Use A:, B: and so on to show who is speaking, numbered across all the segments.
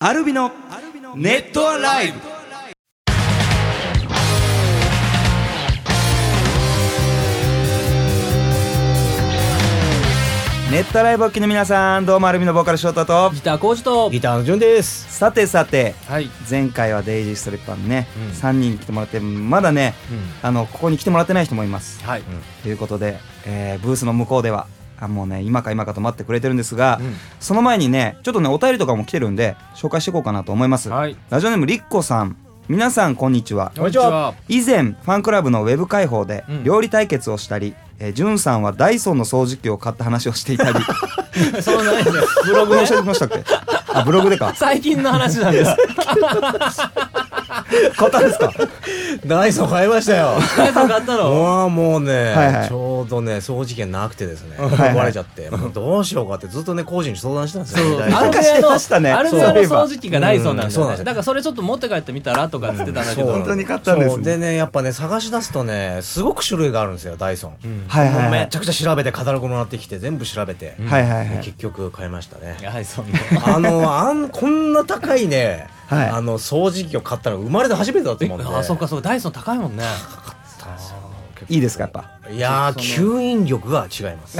A: アルビのネットアライブネットアライブお聞きの皆さんどうもアルビのボーカル翔太と
B: ギター工事と
C: ギターの順です。
A: さてさて
C: はい。
A: 前回はデイジーストリッパーにね、
C: うん
A: 3人来てもらってまだね
C: うん。
A: あのここに来てもらってない人もいます
C: はい。
A: ということで、えーブースの向こうではあもうね今か今かと待ってくれてるんですが、その前にねちょっとねお便りとかも来てるんで紹介していこうかなと思います、
C: はい。
A: ラジオネームりっこさん皆さんこんにちは
C: こんにちは。
A: 以前ファンクラブのウェブ開放で
C: うん
A: 料理対決をしたり、えー、じゅんさんはダイソンの掃除機を買った話をしていたり
C: そうなんですよ。
A: ブログ で教えてましたっけあブログでか
B: 最近の話なんです
A: 買ったんですか
C: ダイソン買いましたよ。
B: 何か買ったの
C: ああ、もうね
A: はいはい、
C: ちょうどね、掃除券なくてですね、
A: はい
C: 壊れちゃって、もうどうしようかってずっとね、工事に相談したんですよ。ダイソン
B: ア
A: なん
B: ルミ
A: かしてました
B: ア
A: ね
B: のアルミアの掃除機がダイソンなんだ
C: そう
B: よ
C: なん
B: ね
C: です
B: だからそれちょっと持って帰ってみたらとかっつってたん だけ
C: そう
B: ど
A: 本当に買ったんですね
C: そうでね、やっぱね、探し出すとね、すごく種類があるんですよ、ダイソン。
A: はいはい
C: もう
A: は
C: め
A: い
C: ちゃくちゃ調べて、カタログもらってきて、全部調べて、
A: はいはいはい
C: で結局買いましたね。
B: ダイソンの
C: あの、あん、 こんな高いね、
A: はい
C: あの、掃除機を買ったの生まれて初めてだと思うんで。
B: あそっかそうダイソン高いもんね
A: いいですかやっぱ
C: いやー、吸引力が違います。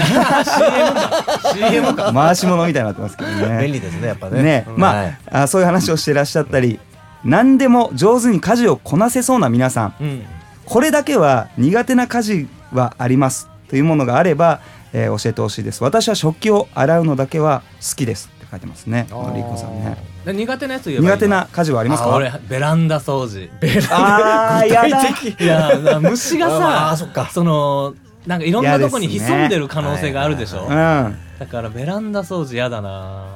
B: CM か
A: 回し物みたいになってますけどね
C: 便利ですね、やっぱね。
A: ね、
C: うん
A: まあ,、
C: はい
A: あそういう話をしてらっしゃったり何でも上手に家事をこなせそうな皆さん
B: うん
A: これだけは苦手な家事はありますというものがあれば、えー教えてほしいです私は食器を洗うのだけは好きですって書いてますねこのリコさんね
B: で苦手なやつ言えばいいの
A: 苦手な家事はあります
B: あ
A: か
B: 俺ベランダ掃除
A: あー やだ
B: いやだから虫が
C: まあま
B: さ
C: ああそっか
B: のなんかいろんなとこに
A: 嫌ですね
B: 潜んでる可能性があるでしょ
A: うんわ
B: だからベランダ掃除やだな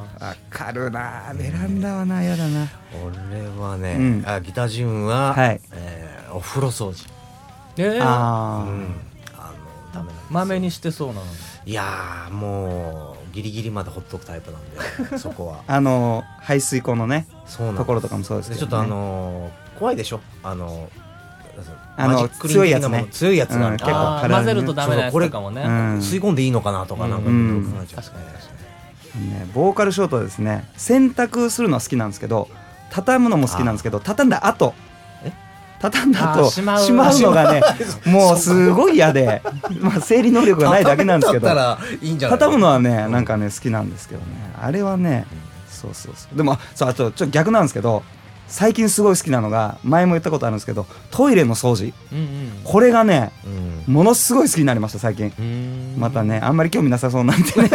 A: かるなベランダはなやだな
C: 俺はね、
A: うん
C: あギタージムは、
A: はい
C: えーお風呂掃除。
B: えー
C: う
A: あー
C: ん。あの、ダメなんです。
B: まめにしてそうなのに
C: いやー、もう、ギリギリまでほっとくタイプなんで、そこは。
A: あの排水溝のね
C: そうなんです
A: ところとかもそうですけ
C: で
A: ど、ね、
C: ちょっとあのー怖いでしょあの
A: あの
C: マジックリン
A: 強い
C: 的なも
A: やつ
C: の
A: ね
C: 強いやつなん
A: 結
C: で
A: 構
B: あー
A: 体に
B: 混
A: ね
B: ぜるとダメなやつとかもね
A: そうこれうん
C: 吸い込んでいいのかなとかなんかいろいろ考えちゃう
B: 確かに確か
A: ね、ボーカルショートはですね洗濯するのは好きなんですけど畳むのも好きなんですけど畳んだ後畳んだ
B: あー
A: 後
B: し
A: し
B: ま
A: ま
B: う
A: うのがねもうすごい嫌で、まあ、生理能力がないだけなんですけど
C: 畳むだったらいいんじゃない
A: 畳むのはね
C: うん
A: なんかね好きなんですけどねあれはねそうそうそうでもあそうあとちょっと逆なんですけど最近すごい好きなのが前も言ったことあるんですけどトイレの掃除
B: にうん
A: これがね
C: うん
A: ものすごい好きになりました最近
B: うん
A: またねあんまり興味なさそうなんでね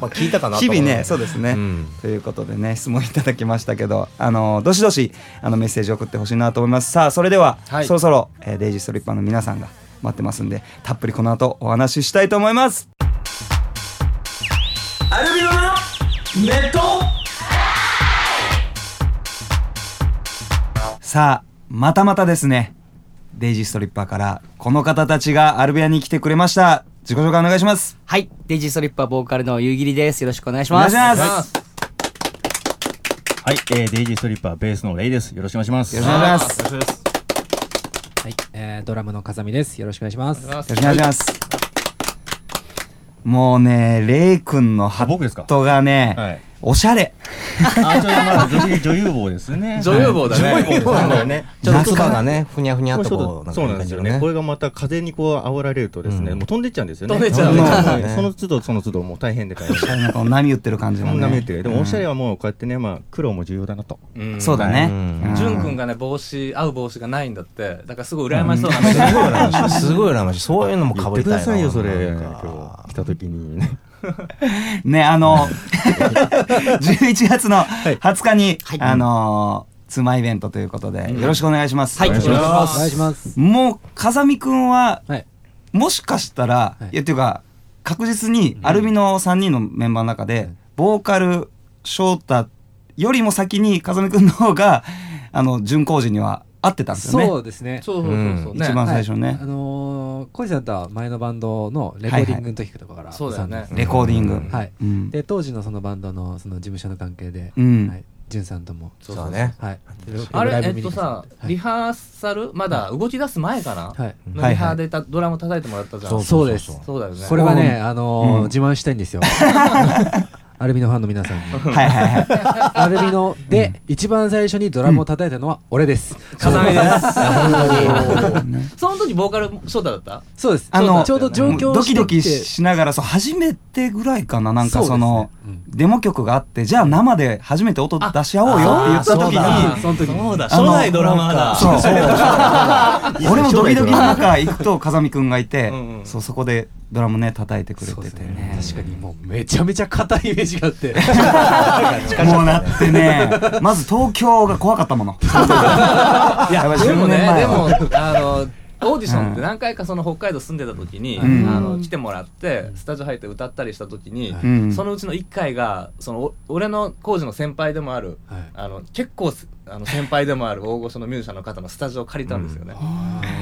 C: まあ聞いたかなと
A: 日
C: 思
A: 々ねそうですね、
C: うん
A: ということでね質問いただきましたけどあのどしどしあのメッセージ送ってほしいなと思いますさあそれでは、
B: はい
A: そろそろ、えーデイジーストリッパーの皆さんが待ってますんでたっぷりこの後お話ししたいと思います
B: アルビノのネット
A: さあまたまたですねデイジーストリッパーからこの方たちがアルビアに来てくれました自己紹介お願いします
D: はい、デイジーストリッパーボーカルの夕霧です。よろしくお願いし
A: お願
D: ま
A: い
D: す。
A: しま
B: ますす
E: はい、えー、デイジーストリッパーベースのレイです。よろしくお願いします。
A: よろしくお願いしますよ
D: はい、えー、ドラムの風見です。よろしくお願いします。
A: ろしくお願いしますもうねレイ君のハ
E: 僕ですか
A: ットがね、
E: はい
A: おしゃれ
E: あ、ちょっとまあ女優女優帽ですね。
B: 女優帽だね
C: そうなんだよねちょっと唾がねふにゃふにゃ
E: こ
C: っ
E: れち
C: と
E: ょっ
C: ことう
E: そうなんですよね。これがまた風にこう煽られるとですね、
C: うん
E: もう飛んでっちゃうんですよね。
B: 飛んでっちゃう
E: もも
C: そうね
E: その都度その都度もう大変で大変。
A: あれなんか波打ってる感じ
E: こ
A: もね
E: んな見えてる。でもおしゃれはもうこうやってね、まあ黒も重要だなと。
A: そうだね
C: う。ん
A: うん
B: ジュン君がね帽子合う帽子がないんだってだからすごい羨ましそうな
C: すごい
B: 目が
C: 羨ましい すごい羨ましいそういうのも
E: 言
C: か
E: っ
C: ぶ
E: て
C: りた
E: く
C: いな
E: ださいよ、それ。
C: なん
E: 今
C: か
E: 日来た時にね。
A: ね、あの、11月の20日に、あのー、妻イベントということで、よろしくお願いします。
D: はい、よろしくお願いしま
B: す
D: す。お願いします。
A: もう、風見くんは、
D: はい。
A: もしかしたら、
D: はい
A: いや、っていうか、確実に、アルミの3人のメンバーの中で、ボーカル、翔太よりも先に、風見くんの方が、 あの、準工事には合ってたんですよね。
F: そうですね。
B: そうそうそうそううんね
A: 一番最初ね
F: はいあのー、コージさんとは前のバンドのレコーディングの時とかから、
B: そうだよね
A: レコーディング。
F: はい。
A: うん。
F: で、当時のそのバンドのその事務所の関係で、
A: うん
F: はい。ジュンさんとも、
C: そうだね
F: はい。
B: あれ
F: ライ
B: え
F: ブ
B: っ
F: 見に
B: と
F: 来て
B: さ
F: はい
B: リハーサルまだ動き出す前かな
F: はい
B: のリハでたドラム叩いてもらったじゃん
F: そうです
B: そうだよね
F: これは
A: そう
F: ね、あのー
A: うん
F: 自慢したいんですよ。アルミのファンの皆さんに
A: はいはい はい。
F: アルミので一番最初にドラムを叩いたのは俺です、
B: 風見です。
A: 本当に。
B: その時ボーカル翔太だった
F: そうです
A: あの
F: ちょうど上京してきて
A: ドキドキしながらそう初めてぐらいかななんかその
F: そうですね
A: デモ曲があってじゃあ生で初めて音出し合おうよって言った時
B: あー
A: に
B: その時に。そうだ
A: あ
C: 初
A: の
C: 代ドラマーだ
A: そうそう
C: や
A: 俺もドキドキの中行くと風見くんがいて
B: うんうん
A: そうそこでドラムね叩いてくれ
F: そうで
A: て
F: す
A: て
F: ね
A: ね
F: 確かにもうめちゃめちゃ硬いイメージがあっ て
A: もうなってねまず東京が怖かったもの
B: い
A: やっぱ
B: や、
A: り
B: でもね、
A: 10年前
B: でも
A: は、
B: あの、オーディションって何回かその北海道住んでた時に、
A: うん
B: あの来てもらってスタジオ入って歌ったりした時に、
A: うん
B: そのうちの1回がそのお俺の工事の先輩でもある、
F: はい
B: あの結構すあの先輩でもある大御所のミュージシャンの方のスタジオを借りたんですよね。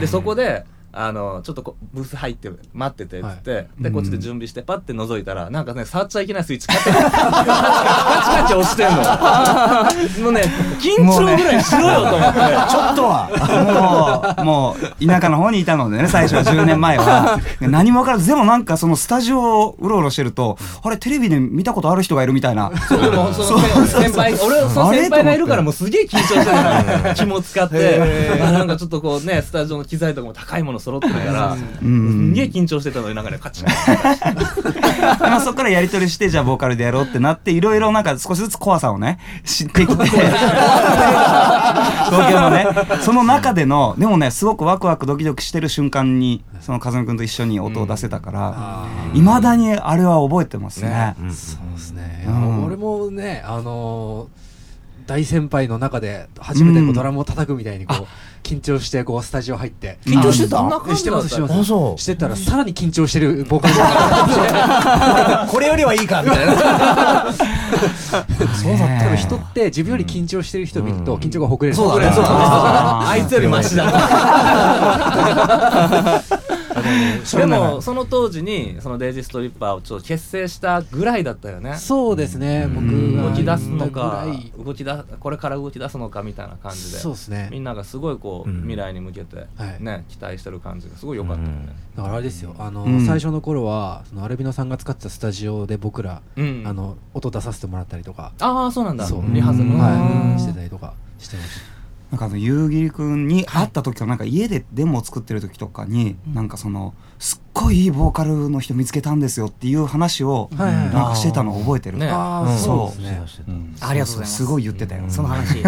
B: でそこであのちょっとこうブース入って待っててっつって、でこっちで準備してパッて覗いたらなんかね触っちゃいけないスイッチカチカチカチカチ押してん のもうね緊張ぐらいしろよと思って、
A: ちょっとはもう、もう、田舎の方にいたのでね、最初は10年前は。何も分からず、でもなんかそのスタジオをうろうろしてると、あれ、テレビで見たことある人がいるみたいな。
B: そうでもその先輩俺はその先輩がいるからもうすげえ緊張してた気も使ってまあなんかちょっとこうねスタジオの機材とかも高いもの揃ってるからす
A: ん
B: んげえ緊張してたのになんかねカチッ
A: まあそこからやり取りして、じゃあボーカルでやろうってなって、いろいろなんか少しずつ怖さをね、知ってきて、東京のね、その中での、でもね、すごくワクワクドキドキしてる瞬間に、その風見くんと一緒に音を出せたから、いまだにあれは覚えてますね。
F: そうですね、
A: うん
F: 俺もねあのー大先輩の中で初めてこうドラムを叩くみたいにこう、緊張してこうスタジオ入って
C: 緊張してた
B: そんな感
F: えし
B: じ
F: て
B: だ
F: ま
B: っ
F: すして
B: た
F: ま
B: よ
C: あ
F: す
C: そう
F: してたらさらに緊張してるボーカルが
C: これよりはいいかみたいな
A: そうだ
F: 多分人って自分より緊張してる人を見ると緊張がほぐれる
C: そうだねそう
A: あー
B: あいつよりマシだでもその当時にそのデイジーストリッパーをちょっと結成したぐらいだったよね
F: そうですね僕が
B: 動き出すのか
F: ぐらい
B: 動きだこれから動き出すのかみたいな感じで
F: そうですね
B: みんながすごいこう、
C: うん
B: 未来に向けて、
F: はい
B: ね、期待してる感じがすごい良かったよね。
F: だからあれですよあの、
A: うん
F: 最初の頃はそのアルビノさんが使ってたスタジオで僕ら、
B: うん
F: あの音出させてもらったりとか
B: ああそうなんだ
F: そう
B: リハーサルの
F: はい、してたりとかしてまし
A: なんかあの夕霧くんに会った時とかなんか家でデモを作ってる時とかに、なんかそのすっごいいいボーカルの人見つけたんですよっていう話を
F: た、はい
A: なんかしてたのを覚えてる、
B: ね
F: ああー、
A: うん
F: そうですね
E: うん
G: ありがとうございます
A: すごい言ってたよ、
G: その話
A: そ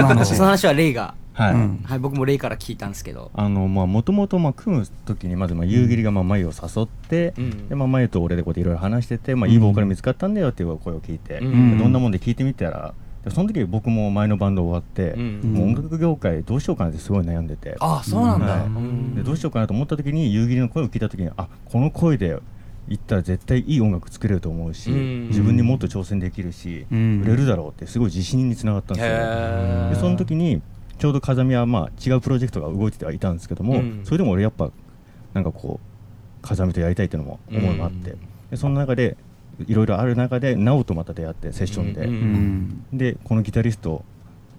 A: の話
G: その話はレイが、
E: はい、
A: うん
G: はい、僕もレイから聞いたんですけど
E: あのまあもともとまあ組む時にまずまあ夕霧がまあ眉を誘って、
B: うん
E: でまあ眉と俺でこうやっていろいろ話しててまあいいボーカル見つかったんだよっていう声を聞いて、
B: うん
E: でどんなもんで聞いてみたらでその時僕も前のバンド終わって、
B: うん
E: もう音楽業界どうしようかなってすごい悩んでて、
B: ああそうなんだ、
E: はいでどうしようかなと思った時に夕霧の声を聞いた時にあこの声で行ったら絶対いい音楽作れると思うし、
B: うん
E: 自分にもっと挑戦できるし、
A: うん
E: 売れるだろうってすごい自信につながったんですよ、
B: へえ
E: でその時にちょうど風見はまあ違うプロジェクトが動いてはいたんですけども、
B: うん
E: それでも俺やっぱなんかこう風見とやりたいっていうのも思いもあって、
B: うん
E: でその中でいろいろある中で直とまた出会ってセッションで、
B: うん
A: うん
E: でこのギタリスト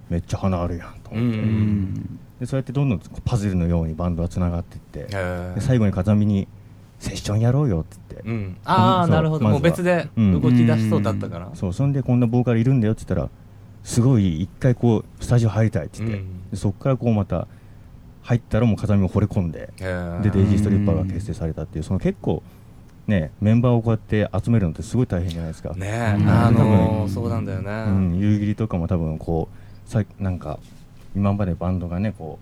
E: めっちゃ花あるやんと
B: う
E: 思って、
A: うんん
E: でそうやってどんどんパズルのようにバンドはつながっていって、
B: へ
E: で
B: え
E: 最後に風見に「セッションやろうよ」って言って、
B: うんああ
E: そう
B: なるほど
E: まず
B: も
E: は
B: う別で
E: うん
B: 動き出しそうだったから、
E: そうそんでこんなボーカルいるんだよって言ったらすごい一回こうスタジオ入りたいって言って、
B: うん
E: でそっからこうまた入ったらもう風見を惚れ込んで、
B: へえ
E: でデイジー・ストリッパーが結成されたっていうその結構ねメンバーをこうやって集めるのってすごい大変じゃないですか、
B: ねえ
A: うん
B: あの
E: 多分
B: そうなんだよね、
E: うん、夕霧とかも多分こうさなんか今までバンドがねこ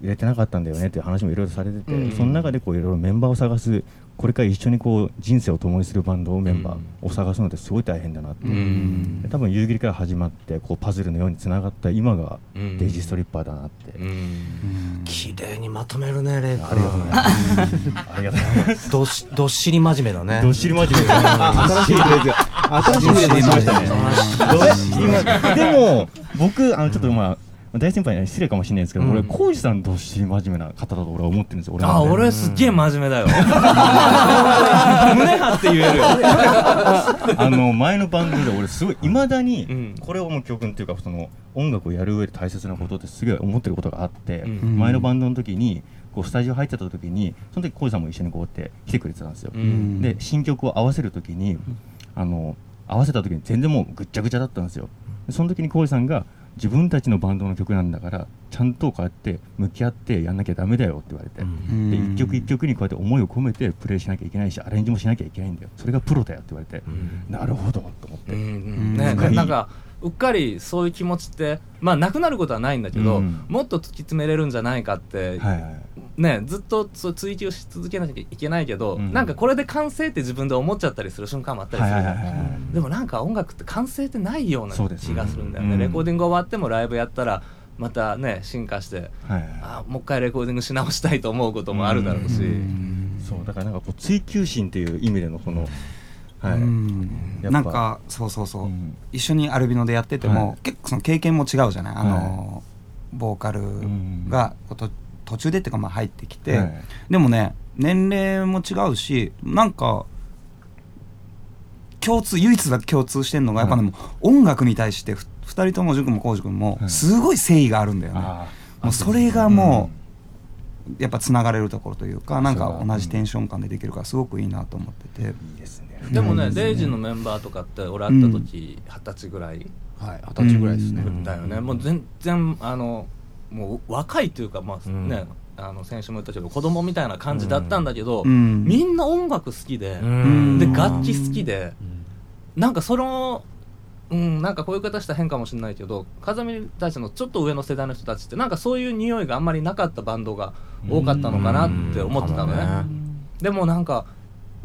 E: う入れてなかったんだよねっていう話もいろいろされてて、
B: うん
E: その中でこういろいろメンバーを探すこれから一緒にこう人生を共にするバンドをメンバーを探すのってすごい大変だなって、
B: うん
E: 多分夕霧から始まってこうパズルのようにつながった今が
B: うん
E: デイジーストリッパーだなって、
B: うん
C: 綺麗にまとめるねレイ君
E: ありがとうございますありがとうございます
C: どっしどっしり真面目だね
E: どっしり真面目ですね 新しいフレーズが新しいフレーズ出ましたねどっしり真面目でも僕あのちょっとまあ大先輩には失礼かもしれないですけど、俺浩二さんどっしり真面目な方だと俺は思ってるんですよ俺の
B: あ
E: 中で
B: 俺すっげえ真面目だ よ胸張って言えるよ
E: あの前の番組で俺すごいいまだ
B: うん
E: にこれをもう教訓っていうかその音楽をやる上で大切なことってすげえ思ってることがあって、
B: うん
E: 前のバンドの時にこうスタジオ入ってた時にその時浩二さんも一緒にこうやって来てくれてたんですよ、
B: うん
E: で新曲を合わせる時に、あの合わせた時に全然もうぐっちゃぐちゃだったんですよでその時に浩二さんが自分たちのバンドの曲なんだからちゃんとこうやって向き合ってやんなきゃダメだよって言われて、
A: うん
E: で一曲一曲にこうやって思いを込めてプレイしなきゃいけないしアレンジもしなきゃいけないんだよそれがプロだよって言われて、なるほどと思って、
A: ん
B: ね、
E: うん
B: なんかうっかりそういう気持ちってまあなくなることはないんだけど、
E: うん
B: もっと突き詰めれるんじゃないかって、
E: はいはい
B: ねずっとそう追求し続けなきゃいけないけど、
E: うん
B: なんかこれで完成って自分で思っちゃったりする瞬間もあったり
E: は
B: す
E: い
B: る、
E: はいはいはいはい
B: でもなんか音楽って完成ってないような
E: そうです
B: 気がするんだよね、
E: うん
B: レコーディング終わってもライブやったらまたね進化して
E: はいはい
B: あもう一回レコーディングし直したいと思うこともあるだろうし、
E: そうだからなんかこう追求心という意味でのこの、はい
A: うん
E: やっぱ
A: なんかそうそうそう、
E: うん
A: 一緒にアルビノでやってても、
E: はい
A: 結構その経験も違うじゃないあの、ボーカルがこうと途中でっていうかまあ入ってきて、
E: はい
A: でもね年齢も違うしなんか共通唯一だけ共通してるのがやっぱでも、音楽に対してふ二人ともく君も浩く君も
E: はい
A: すごい誠意があるんだよね、
E: あ
A: もうそれがもう、やっぱつながれるところというかなんか同じテンション感でできるからすごくいいなと思ってて。
E: ーいいですね
B: でもね、レイジのメンバーとかって俺会った時二十歳ぐらい
F: はい二十歳ぐらいですね、
A: うん
B: だよね、もう全然あのもう若いというかまあ
C: ん
B: ね、あの先週も言ったけど子供みたいな感じだったんだけど、
A: うん
B: みんな音楽好きで、
A: ん
B: で
A: うん
B: 楽器好きで、なんかそのうんなんかこういう方したら変かもしれないけど風見たちのちょっと上の世代の人たちってなんかそういう匂いがあんまりなかったバンドが多かったのかなって思ってたのね。でもなんか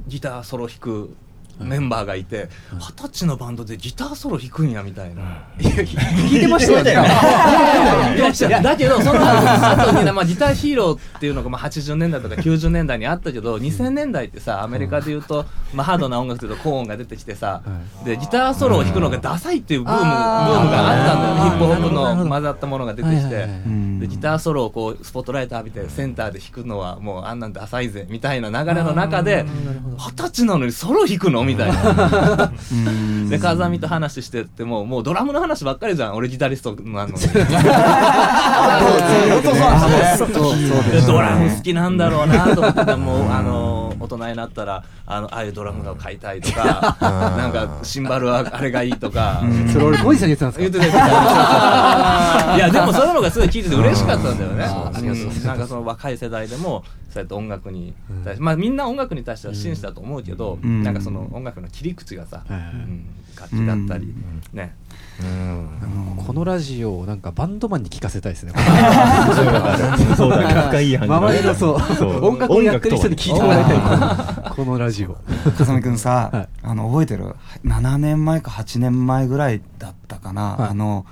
B: ギターソロ弾くメンバーがいて二十歳のバンドでギターソロ弾くんやみたいな。
F: 聞いてましたよね
B: いやいやだけどその後にね、まあ、ギターヒーローっていうのがまあ80年代とか90年代にあったけど2000年代ってさアメリカでいうと、まあ、ハードな音楽というとコーンが出てきてさ、でギターソロを弾くのがダサいっていうブームブームがあったんだよねヒップホップの混ざったものが出てきて。
A: うん
B: でギターソロをこうスポットライト浴びてセンターで弾くのはもうあんなんダサいぜみたいな流れの中で二十歳なのにソロ弾くのみたいなで風見と話してってももうドラムの話ばっかりじゃん俺ギタリストなのにでドラム好きなんだろうなと思っててもうあの大人になったらあのああいうドラムが買いたいとかなんかシンバルはあれがいいとか。
F: それ俺小路さんに言ってたん
B: 言っ
F: ですか
B: てた言ってたいやでもそういうのがすごい聞いてて嬉しかったんだよね
F: あーありがとうございます
B: うんなんかその若い世代でもそうやって音楽に対してまあみんな音楽に対しては真摯だと思うけど
A: ん
B: なんかその音楽の切り口がさ
F: はい
B: うん楽器だったりね
F: このラジオをなんかバンドマンに聞かせたいですね
E: そうだ仲いい話
F: 周りのそ
E: そうう
F: 音楽をやってる人に聞いてもらいたいこのラジオ
A: 風見くんさ、
F: はい
A: あの覚えてる7年前か8年前ぐらいだったかな、
F: はい
A: あの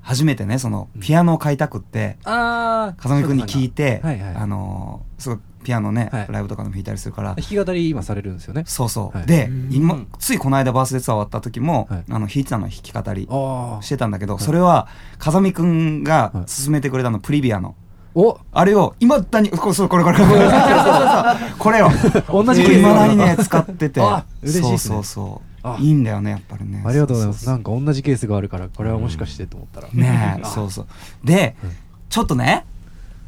A: 初めてねそのピアノを買いたくって、
F: あ
A: 風見くんに聞いて、
F: はいはい
A: あのすごいピアノね、
F: はい
A: ライブとかでも弾いたりするから、
F: 弾き語り今されるんですよね
A: そうそう、
F: はい
A: で
B: う
A: 今
B: ん
A: ついこの間バースデーツアー終わった時も、
F: はい
A: あの弾いてたの弾き語り
F: あ
A: してたんだけど、それは風見くんが
F: はい
A: 勧めてくれたの、プリビアの
F: お
A: あれをいまだにこれそうこれこ れこれそうそうそうこれを
F: 同じ
A: いまだに
F: あ
A: ね使ってて
F: あ嬉しいっすね
A: そうそうそ
F: あ
A: ういいんだよねやっぱりね
F: りがとうございま
A: そ
F: す
A: そ
F: なんか同じケースがあるからこれはもしかしてと思ったら
A: うねえそうそうでちょっとね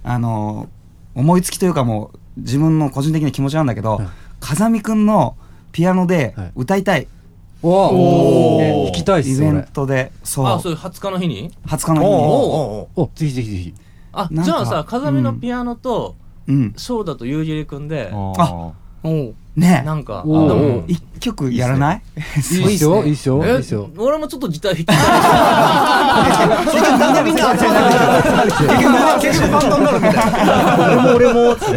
A: あの思いつきというかもう自分の個人的な気持ちなんだけど
F: はい
A: 風見くんのピアノで
F: はい
A: 歌いたい
F: お
C: お
F: お
C: ー
F: 聞きたいっ
A: イ
F: す
A: ベン
F: 俺
A: トでそう
B: あそういう20日の日に
A: 20日の日
C: おお
A: に
C: お
F: おぜひぜひぜひ
B: あ
A: なんか
B: じゃあさ風見のピアノと
A: うん
B: 翔太と夕霧くんで
E: あ
A: ね
B: なんか
F: おー
B: で
A: え
B: も
A: 一曲やらない
F: いいっすよいいっすよいい
B: え
F: っすよ
B: 俺もちょっとギター弾きたい
A: 結局バンドになるみたいな
E: 俺 も俺 も
A: そう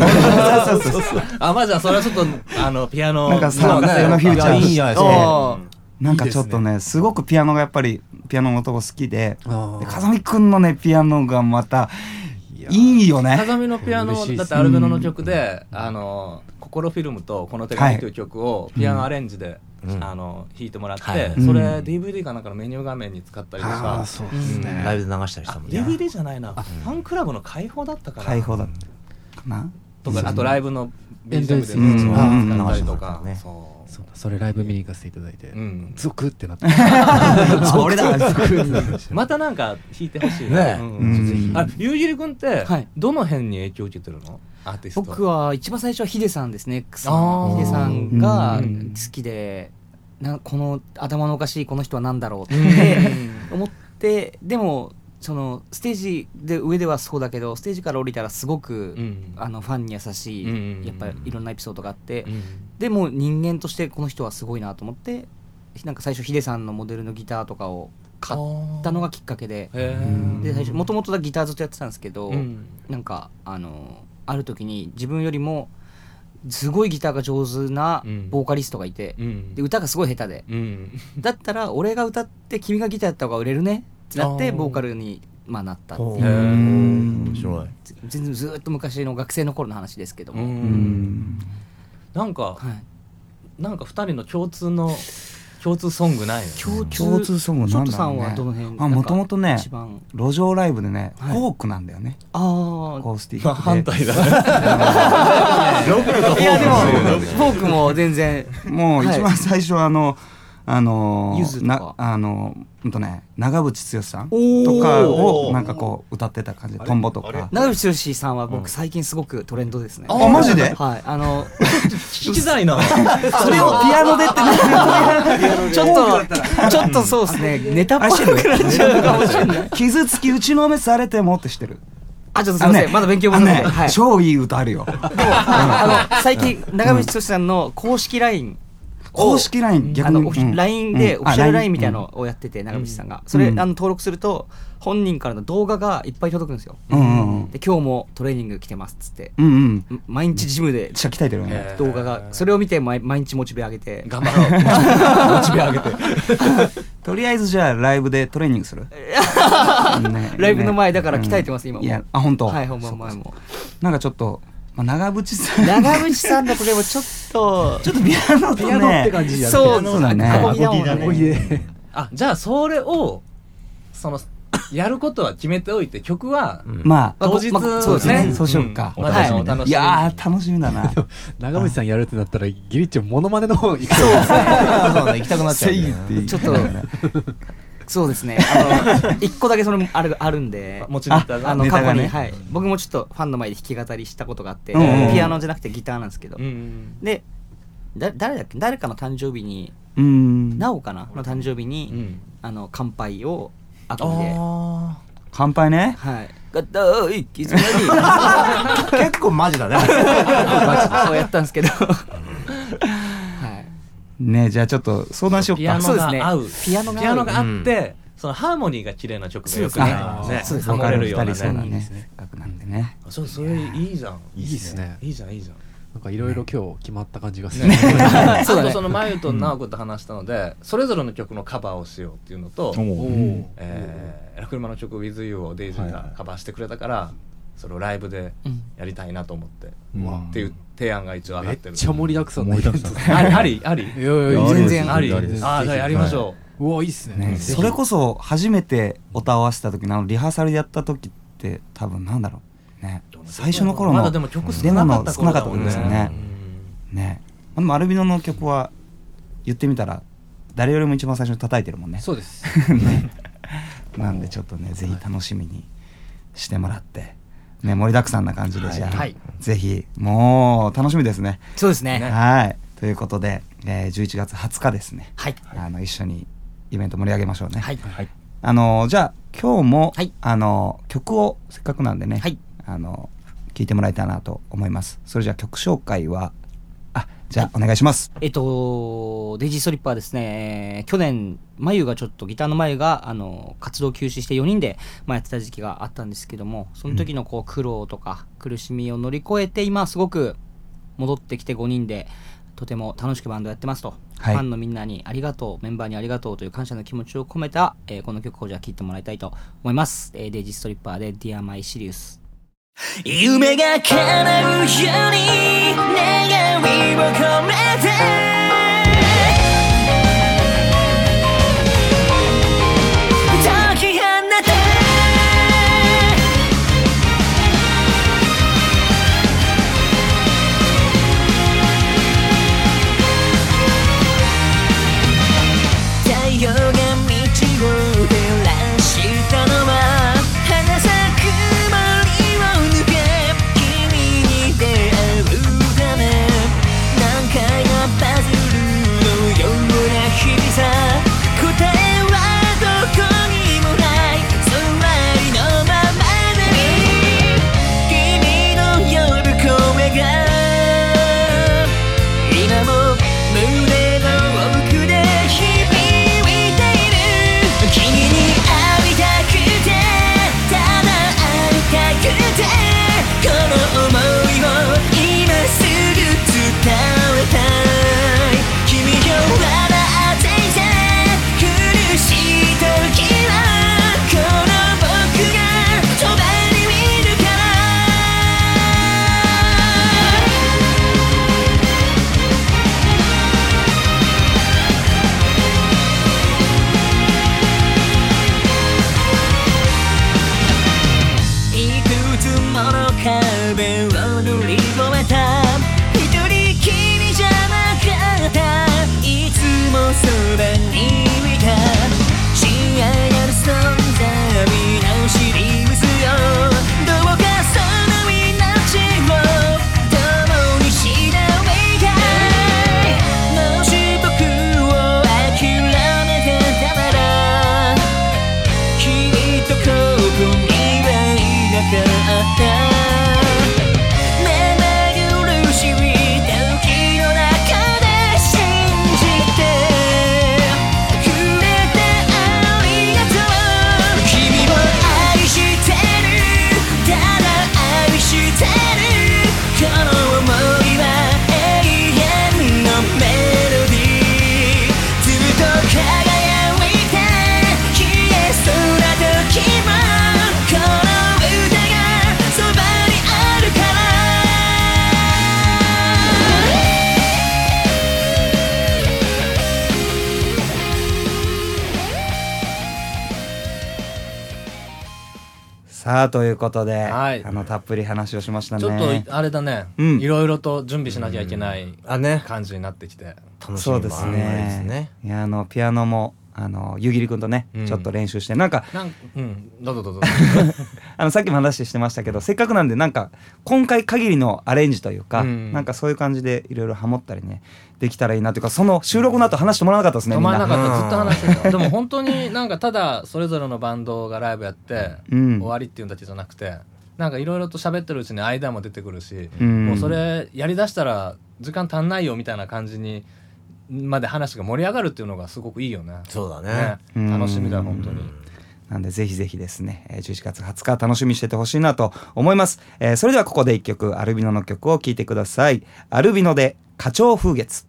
A: そうそうそう
B: あまあじゃあそれはちょっとあのピアノ
A: なんかさ
B: 任せ
A: そ
B: よう
A: のフューチャー
C: いいんじゃないですか
A: してなんかちょっとねすごくピアノがやっぱりピアノの音が好きで
F: あ
A: で
F: ー
A: 風見くんのねピアノがまたいいよね
B: 鏡のピアノ
F: 嬉しいっす
B: だってアルベノの曲で「あの心フィルム」と「この手紙」という曲をピアノアレンジで、
C: うん
B: あの弾いてもらって、
C: はい
B: それ
A: うん
B: DVD かなんかのメニュー画面に使ったりと
F: あー
B: か、
F: そう
C: うんライブで流したりした
B: あ
C: もんね
B: DVD じゃないなファンクラブの開放だったかな
A: 解放だったかな
B: とかあとライブの BGM で
F: エンドレス
B: そう
A: うん
B: 使ったりとか、
C: うん流して
B: そう
F: そうだそれライブ見に行かせていただいて
B: うん
F: ゾクってなって
A: あ俺だ
B: またなんか弾いてほしい
C: ねえ
B: うん
A: うん
B: あゆうゆりくんって
G: はい
B: どの辺に影響を受けてるのアーティスト
G: 僕は一番最初はヒデさんですね
B: あー
G: ヒデさんが
A: う
G: 好きでなこの頭のおかしいこの人は何だろうって思ってでもそのステージで上ではそうだけどステージから降りたらすごく、
B: うん
G: あのファンに優しい、
B: うんうんうん
G: やっぱりいろんなエピソードがあって、
B: うん
G: でも人間としてこの人はすごいなと思ってなんか最初ヒデさんのモデルのギターとかを買ったのがきっかけで
B: へー
G: で最初もともとギターずっとやってたんですけど、
B: うん
G: なんかあのある時に自分よりもすごいギターが上手な
B: うん
G: ボーカリストがいて、
B: うん
G: で歌がすごい下手で、
B: うん
G: だったら俺が歌って君がギターやった方が売れるねってなっ
B: あ
G: て
B: ー
G: ボーカルに、まあ、なったっていう
C: ほう
B: へー
A: 面
C: 白い
G: ず全然ずーっと昔の学生の頃の話ですけど
B: う
G: も、
B: んなんか
G: はい、
B: なんか二人の共通の共通ソングないの
G: 共通
A: 共通ソングなんだろうね
G: ショットさんはどの辺
A: あ
G: なんか
A: 元々ね
G: 一番
A: 路上ライブでね、
G: はい
A: フォークなんだよね
G: あ
A: ア
G: ー
A: コースティック
B: まあ
A: で
B: 反対 だねロックとフォーク
G: いやでも
B: の違い
G: フォークも全然
A: もう
G: はい
A: 一番最初はあの、あのー
G: ゆずとか
A: なあのーほんとね長渕剛さん
G: おー
A: とかをなんかこう歌ってた感じでトンボとか
G: 長渕剛さんは僕最近すごくトレンドですね、
A: あマジで
G: はいあの
B: 聞きたいな
G: それをピアノでってねちょっとちょっとそうですねネタっぽくなっちゃうかもしれない
A: 傷つき打ちのめされてもってしてる
G: あちょっとすいません、まだ勉強不足で、
A: あのね
G: はい
A: 超いい歌あるよ
G: あの最近長渕剛さんの公式 LINE を
A: 公式ライン
G: あ
A: 逆
G: の
A: に
G: オフ
A: うん
G: ィ LINE で
A: うん
G: オフィシャ
A: あ
G: ル LINE みたいのをやってて長渕さんが
A: ん
G: それあ
A: うん
G: の登録すると本人からの動画がいっぱい届くんですよ
A: うんうんうん
G: で今日もトレーニング来てますっつって
A: うんうん
G: ん毎日ジムで
A: ちゃ鍛えてるよね
B: えー
G: 動画がそれを見て毎毎日モチベ上げて
B: 頑張ろうモチベ上げて
A: とりあえずじゃあライブでトレーニングするね
G: ライブの前だから鍛えてます今
A: いやあ本当
G: はい本番
A: そっか
G: 前
A: そっか
G: も
A: なんかちょっとまあ長渕さん
G: 長渕さんだとでもちょっと
A: ちょっとピアノとね
F: ピアノって感じやね
G: そう
A: そうだね
G: アコギだもん
E: アコ
G: ね
E: ギ
F: で
B: あじゃあそれをそのやることは決めておいて曲は
A: まあ
G: まあ
B: 当日
G: まあそうですね
B: ん
A: そうしようか
B: まあ
G: はい
B: お楽しみに
A: いやー楽しみだな
F: 長渕さんやるってなったらギリッチョモノマネの方行く
C: そうだね行きたくなっちゃうね
G: ちょっとそうですねあの一個だけそれもあるあるんで
B: 持ちネタが
G: あの
A: ネ
G: 過
A: タ
G: 去
A: が
G: に、
A: ね
G: はい、僕もちょっとファンの前で弾き語りしたことがあって、
A: うんうんうん
G: ピアノじゃなくてギターなんですけど、
B: うん
G: でだ誰だっけ誰かの誕生日に
A: うん
G: なおかなの誕生日に、
B: うん
G: あの乾杯をア
B: あ
G: コギで
A: 乾杯ね
G: はい「ガッタイ絆 に」こ
C: 結構マジだね
G: うやったんですけど はい
A: ねじゃあちょっと相談しよう
B: ピア
A: か
B: ノが合う
G: そうですねピアノが合う
B: あってそのハーモニーが綺麗な曲がよく
G: そうで
B: ね
G: すね
B: ね
G: そうです
B: ハモれ
A: る
B: るような
A: 2人そうだ
B: ね
A: ねせっかくなんでね
B: そうそれいいじゃん
F: いいですね
B: いいじゃんいいじゃん
F: なんかいろいろ今日決まった感じがする
B: あ
G: そうだね
B: とそのまゆとなおこと話したのでそれぞれの曲のカバーをしようっていうのと
E: おう
B: えーラクルマの曲「WithYou」をデイジー
E: はいは
B: が
E: い
B: カバーしてくれたからそれをライブで
G: うん
B: やりたいなと思って
E: うん
B: っていう提案が一応上
F: め
B: がっ
F: って
B: る
F: ちゃ盛りだくさん
E: 盛りだくさん
B: ありありあり
F: いやいや
E: あり
G: 全然
B: あり
E: ありです
B: あじゃあやりましょ
F: うわいいっすね
A: ね
F: ぜひ
A: それこそ初めて歌を合わせた時のあのリハーサルやった時って多分なんだろうね
B: う
A: 最初の頃
B: ま
A: の
B: だでも曲少なかった
A: デモの少な
B: 頃だもん
A: かった頃ですよねあのアルビノの曲は言ってみたら誰よりも一番最初に叩いてるもんね
D: そうです。
A: なんでちょっとねぜひ楽しみにしてもらって、ね、盛りだくさんな感じでじゃあ、
G: はい
A: ぜひもう楽しみですね。
G: そうですね
A: はいということで、えー11月20日ですね、
G: はい
A: あの一緒にイベント盛り上げましょうね。
G: はい
A: あのーじゃあ今日も、
G: はい
A: あのー曲をせっかくなんでね、
G: はい
A: あのー聞いてもらいたいなと思います。それじゃあ曲紹介はあじゃあお願いします。
G: えっと、デイジーストリッパーですね、えー去年、眉がちょっと、ギターの眉が、あの、活動休止して4人で、まあ、やってた時期があったんですけども、その時のこう、苦労とか、苦しみを乗り越えて、今、すごく戻ってきて5人で、とても楽しくバンドやってますと、
A: はい
G: ファンのみんなにありがとう、メンバーにありがとうという感謝の気持ちを込めた、えーこの曲をじゃあ聴いてもらいたいと思います。えーデイジーストリッパーで、Dear My Sirius。
H: 夢が叶うように願いを込めて解き放て太陽が道を照らしたのは花咲く森を抜け君に出会うため何回もパズ
A: さあということで、
B: はい
A: あのたっぷり話をしましたね
B: ちょっとあれだね、
A: うん
B: いろいろと準備しなきゃいけない
C: あね
B: 感じになってきて、
C: 楽しみ
A: そ
C: も
A: うです
C: あんまりですね
A: ねいやあのピアノもあの湯切り君とね、
B: うん
A: ちょっと練習してなんか
B: なんうんどうぞどうぞ
A: あのさっきも話してましたけどせっかくなんでなんか今回限りのアレンジというか、
B: うん
A: なんかそういう感じでいろいろハモったりねできたらいいなというかその収録の後話してもらわなかったですね
B: 止まらな
A: みん
B: か
C: う
B: っ
C: ん
B: たずっと話してたでも本当になんかただそれぞれのバンドがライブやって、
A: うん
B: 終わりっていうんだけじゃなくてなんかいろいろと喋ってるうちに間も出てくるし、
A: うん
B: もうそれやりだしたら時間足んないよみたいな感じにまで話が盛り上がるっていうのがすごくいいよね
C: そうだね
B: ね
A: うん
B: 楽しみだ本当に
A: なんでぜひぜひですね、えー11月20日楽しみにしててほしいなと思います。えーそれではここで一曲、アルビノの曲を聴いてください。アルビノで花鳥風月。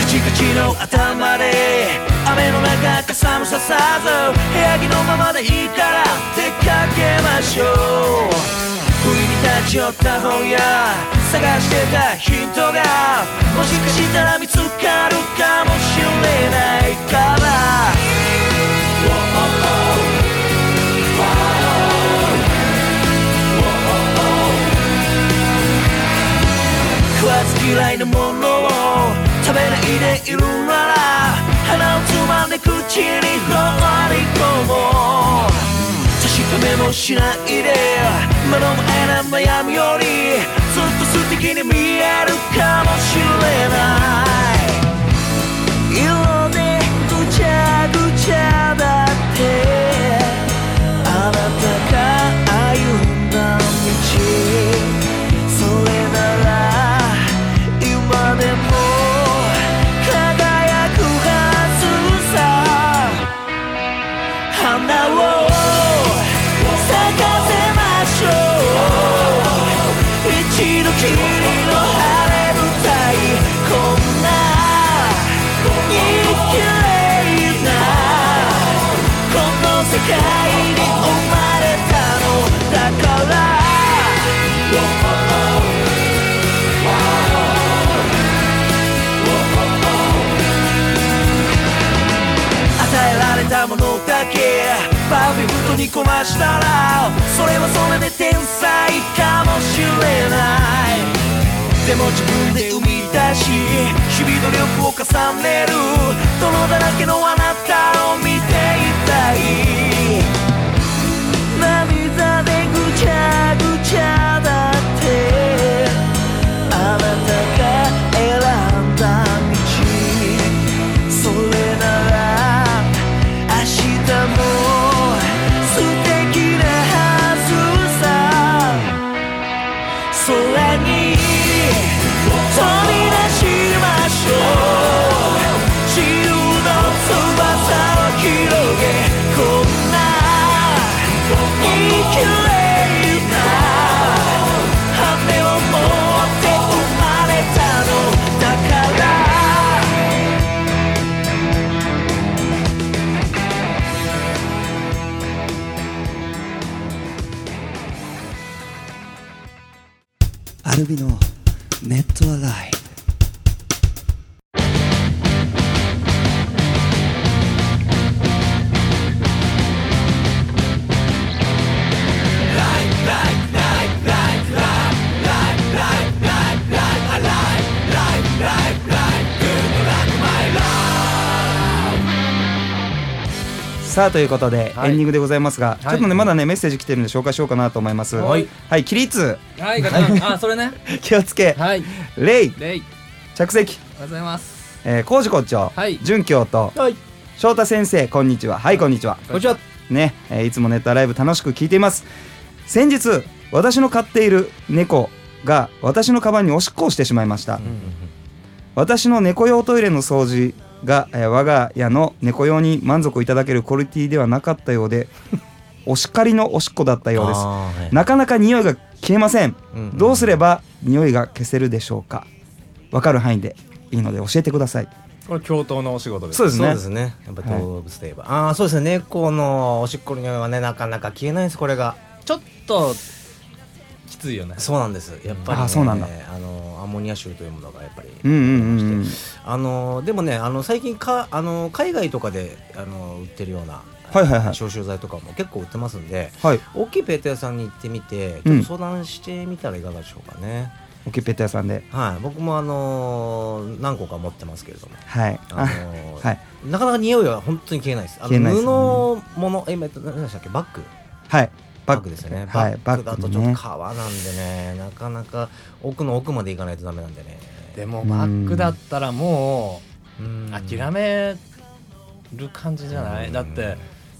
H: カチカチの頭で雨の中傘もささず部屋着のままでいいから出かけましょう不意に立ち寄った本や探してたヒントがもしかしたら見つかるかもしれないから食わず嫌いなものを食べないでいるなら鼻をつまんで口に放り込もう確かめもしないで目の前の悩みよりずっと素敵に見えるかもしれない色でぐちゃぐちゃだってあなたが歩んだ道それなら今でも輝くはずさ花を咲かせましょう一度きりの晴れ舞台こんなに綺麗なこの世界に生まれたのだから与えられたものだけパーフェクトにこなしたらそれはそれで天才かもしれないでも自分で生み出し日々努力を重ねる泥だらけのあなたを見ていたい涙でぐちゃぐちゃだってあなたが選んだ道それなら明日も素敵なはずさ空に飛び出しましょう自由の翼を広げこんなに綺麗な羽を持って生まれたのだから
A: アルビノネットアライさあということで、
B: はい
A: エンディングでございますが、
B: い
A: ちょっとねまだねメッセージ来てるんで紹介しようかなと思います
B: はい、
A: はい、起立
B: はいガチャンあそれね
A: 気をつけ
B: はい
A: 礼
B: レイおはよ
A: 着席
B: うございます
A: えー、工事校長、
B: はい
A: 準教と、
B: はい
A: 翔太先生こんにちははいこんにちは
B: こんにちは
A: ね、えーいつもネットライブ楽しく聞いています先日私の飼っている猫が私のカバンにおしっこをしてしまいました、私の猫用トイレの掃除が、えー我が家の猫用に満足いただけるクオリティではなかったよう でお叱りのおしっこだったようです
C: あーはい
A: なかなか匂いが消えません、
C: うんうん
A: どうすれば匂いが消せるでしょうかわかる範囲でいいので教えてください
B: これ教頭のお仕事です
A: そうですね
C: そうですね。やっぱ動物といえば。ああ、そうですね。猫のおしっこの匂いはね、なかなか消えないです、これが。
B: ちょっときついよね
C: そうなんです。やっぱり、ね。
A: あーそうなんだ
C: あの、アンモニア臭というものがやっぱり。
A: うんうんうんうん
C: あのでもねあの最近かあの海外とかであの売ってるような、
A: はいはいはい
C: 消臭剤とかも結構売ってますんで
A: はい
C: 大きいペーター屋さんに行ってみて
A: う
C: ちょっ
A: ん
C: と相談してみたらいかがでしょうかね、
A: オケペット屋さんで
C: はい僕もあの何個か持ってますけれども、
A: はいあ
C: あの
A: はい
C: なかなか匂いは本当に消えないですあの
A: 消えないですね
C: 布ものえ今何でしたっけバッグ
A: はい
C: バッグですよね
A: はいバ
C: バッグだ
A: ッ
C: と
A: グ
C: ちょっと
A: ね
C: 革なんでねなかなか奥の奥まで行かないとダメなんでね
B: でもバックだったらも
C: うん
B: う諦める感じじゃないだって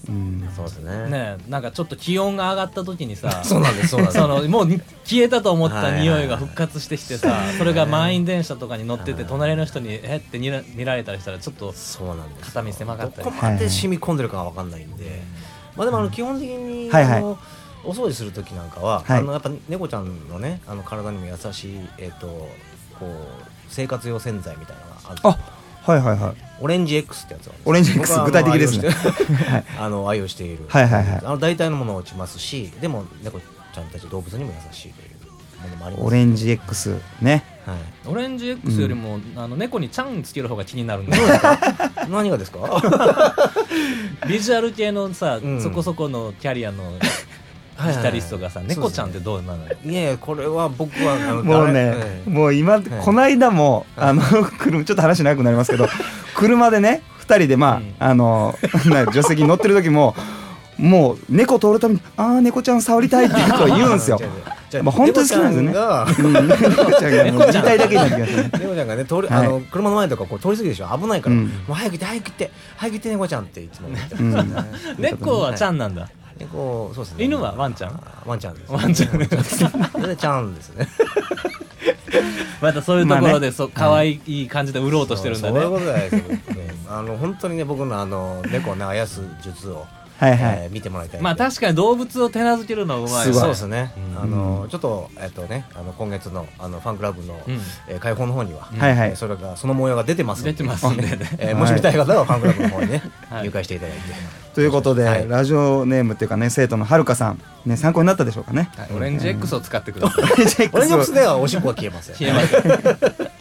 A: うん
C: そうですね
B: ねなんかちょっと気温が上がった時にさ
C: そうなんですそうなんです
B: そのもう消えたと思った匂い
C: はいはいは
B: が
C: い
B: 復活してきてさそれが満員電車とかに乗ってて隣の人にえって見ら見られたりしたらちょっと
C: そうなんですよ
B: 肩身狭かったり
C: どこまで染み込んでるかは分かんないんで、まあでもあの基本的に、
A: はいはい
C: あのお掃除する時なんかは、
A: はい
C: あのやっぱ猫ちゃんのねあの体にも優しいえっ、とこう生活用洗剤みたいなのがあるんですよ
A: あはいはいはい
C: オレンジ X ってやつなんです
A: オレンジ X
C: 僕はあの
A: 具体的ですね
C: 愛用 してあの愛用している、
A: はいはいはい
C: あの大体のものを落ちますしでも猫ちゃんたち動物にも優しいというものもあります
A: オレンジ X ね
C: はい
B: オレンジ X よりも、あの猫にちゃんつける方が気になるんだ
C: 何がですか
B: ビジュアル系のさ、
C: うん
B: そこそこのキャリアのギタリストがさ、
C: はいはい
B: 猫ちゃんってどうなのよ
C: いやいやこれは僕はあの
A: もう
C: 誰
A: ね
C: え、え
A: もう今、この間も、あの、 車、ちょっと話長くなりますけど、車でね、二人で、まあ、
B: うん
A: あの、 な助手席に乗ってる時も、もう、猫通るたびに、ああ、猫ちゃん触りたいっていうことを言うんですよ。
C: じゃあ
A: まあ本当に好きなんですよね
C: 猫ちゃんが
A: うん猫ちゃんがもう、
B: 猫ちゃ
A: 見
B: ん
A: たいだけになってきましたね。
C: 猫ちゃんがね通り、
A: はい
C: あの車の前とかこう通り過ぎでしょ危ないから、
A: うん
C: もう早く行って早く行って早く行って猫ちゃんっていつも言 ってま
A: う
C: す
A: ん
C: ね、
B: 猫はちゃんなんだ、
C: 猫そうですね
B: 犬はワンちゃん
C: あワンちゃんです、
B: ワンちゃんね
C: それでちゃんですね
B: またそういうとこ
A: まあ
B: ろ
A: ね
B: で、そう可愛い感じで売ろうとしてるんだね
C: そうそういうことじゃないですよ、ね、あの本当にね僕のあの猫をねあやす術を、
A: はいは
C: え
A: い。
C: ー見てもらいたいんで
B: まあ確かに動物を手なずけるのはうまい
A: すごい
C: そうですね、
B: うん
C: あのちょっとえっとねあの今月のあのファンクラブの、
B: うん
C: えー開放の方には、
A: はいはい
C: えーそれがその模様が出てますんで
B: 出てますんでね
C: えーもし見たい方はファンクラブの方にね、
B: はい
C: 入会していただいて
A: ということ
C: は
A: で、
C: い
A: ラジオネームっていうかね、生徒のはるかさん、ね、参考になったでしょうかね。
B: はいオレンジ X を使ってください
A: オレンジ X
C: オレンジボックスではおしっこは消えません
B: 消えます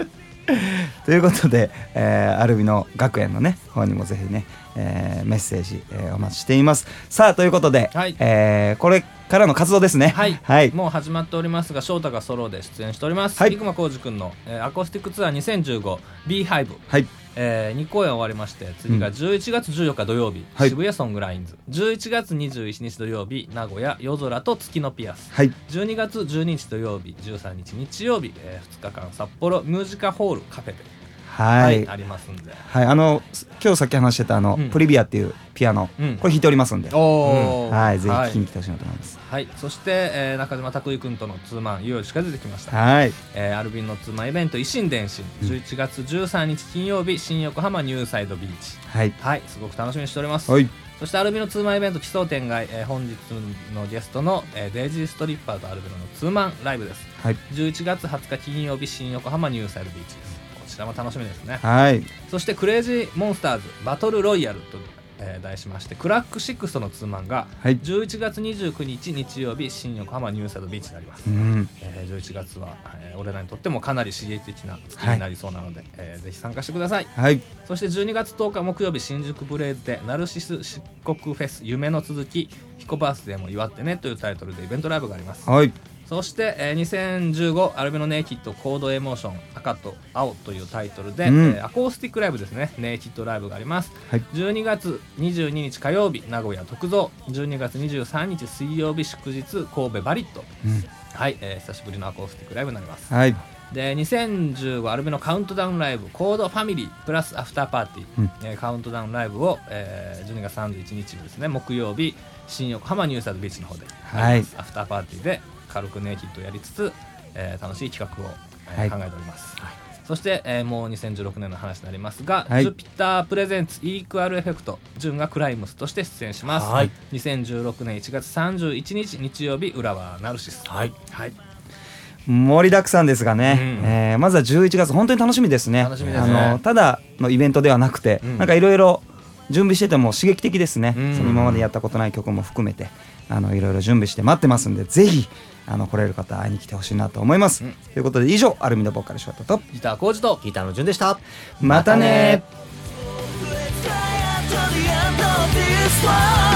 A: ということで、えーアルビの学園のね方にもぜひね、えーメッセージ、えーお待ちしていますさあということで、
B: はい
A: えーこれからの活動ですね
B: はい、
A: はい
B: もう始まっておりますが翔太がソロで出演しております、
A: はい
B: 生駒浩二君の、えーアコースティックツアー 2015BEHIVE
A: はい
B: えー、2公演終わりまして次が
A: うん
B: 11月14日土曜日、
A: はい
B: 渋谷ソングラインズ11月21日土曜日名古屋夜空と月のピアス
A: はい
B: 12月12日土曜日13日日曜日、えー、2日間札幌ミュージカホールカフェで、
A: は
B: はい
A: い、
B: ありますんで
A: はいあのす今日さっき話してたあの、
B: うん
A: プリビアっていうピアノ、
B: うん
A: これ弾いておりますんで、
B: おー
A: はいぜひ
B: は
A: 聴きに
B: い
A: 来てほしいなと思います
B: はいそして、えー、中島拓井君とのツーマンいよいよ近づいてきました
A: はい
B: えーアルビンの妻イベント「維新伝心」
A: うん
B: 11月13日金曜日新横浜ニューサイドビーチ
A: はい
B: はいすごく楽しみにしております、
A: はい
B: そしてアルビンのツーマンイベント奇想天外、えー本日のゲストの、えーデイジーストリッパーとアルビンのツーマンライブです
A: はい
B: 11月20日金曜日新横浜ニューサイドビーチですこちらも楽しみですね
A: はい
B: そしてクレイジーモンスターズバトルロイヤルと、えー題しましてクラック6とのツーマンが
A: はい
B: 11月29日日曜日新横浜ニューサイドビーチになります
A: うん
B: えー、11月は、えー俺らにとってもかなり刺激的な月になりそうなので、えーぜひ参加してください
A: はい
B: そして12月10日木曜日新宿ブレイズで「ナルシス漆黒フェス夢の続きヒコバースデーも祝ってね」というタイトルでイベントライブがあります
A: はい
B: そして、えー2015アルビノネイキッドコードエモーション赤と青というタイトルで、
A: うん
B: えーアコースティックライブですねネイキッドライブがあります、
A: はい
B: 12月22日火曜日名古屋特造12月23日水曜日祝日神戸バリット、
A: うん
B: はい、えー久しぶりのアコースティックライブになります
A: はい
B: で2015アルビのカウントダウンライブコードファミリープラスアフターパーティー、
A: うん
B: えーカウントダウンライブを、えー12月31日ですね木曜日新横浜ニューサードビーチの方で、
A: はい
B: ありますアフターパーティーで軽くネイキッドをやりつつ、えー楽しい企画を、えー
A: はい
B: 考えております、そして、えーもう2016年の話になりますが、
A: はい
B: ジュピタープレゼンツイークアルエフェクト純がクライムスとして出演します、
C: はい
B: 2016年1月31日日曜日浦和ナルシス
C: はい、
B: はい、
A: 盛りだくさんですがね、
B: うん
A: えーまずは11月本当に楽しみですね
B: 楽しみです
A: あ
B: ね
A: のただのイベントではなくて、
B: うん
A: なんかいろいろ準備してても刺激的ですね、
B: うん
A: その今までやったことない曲も含めてあのいろいろ準備して待ってますんでぜひあの来れる方会いに来てほしいなと思います、
B: うん
A: ということで以上アルミのボーカルショートと
B: ギター工事と
C: ギターの順でした
A: またね
C: またね
H: Let's fly out to the end of this world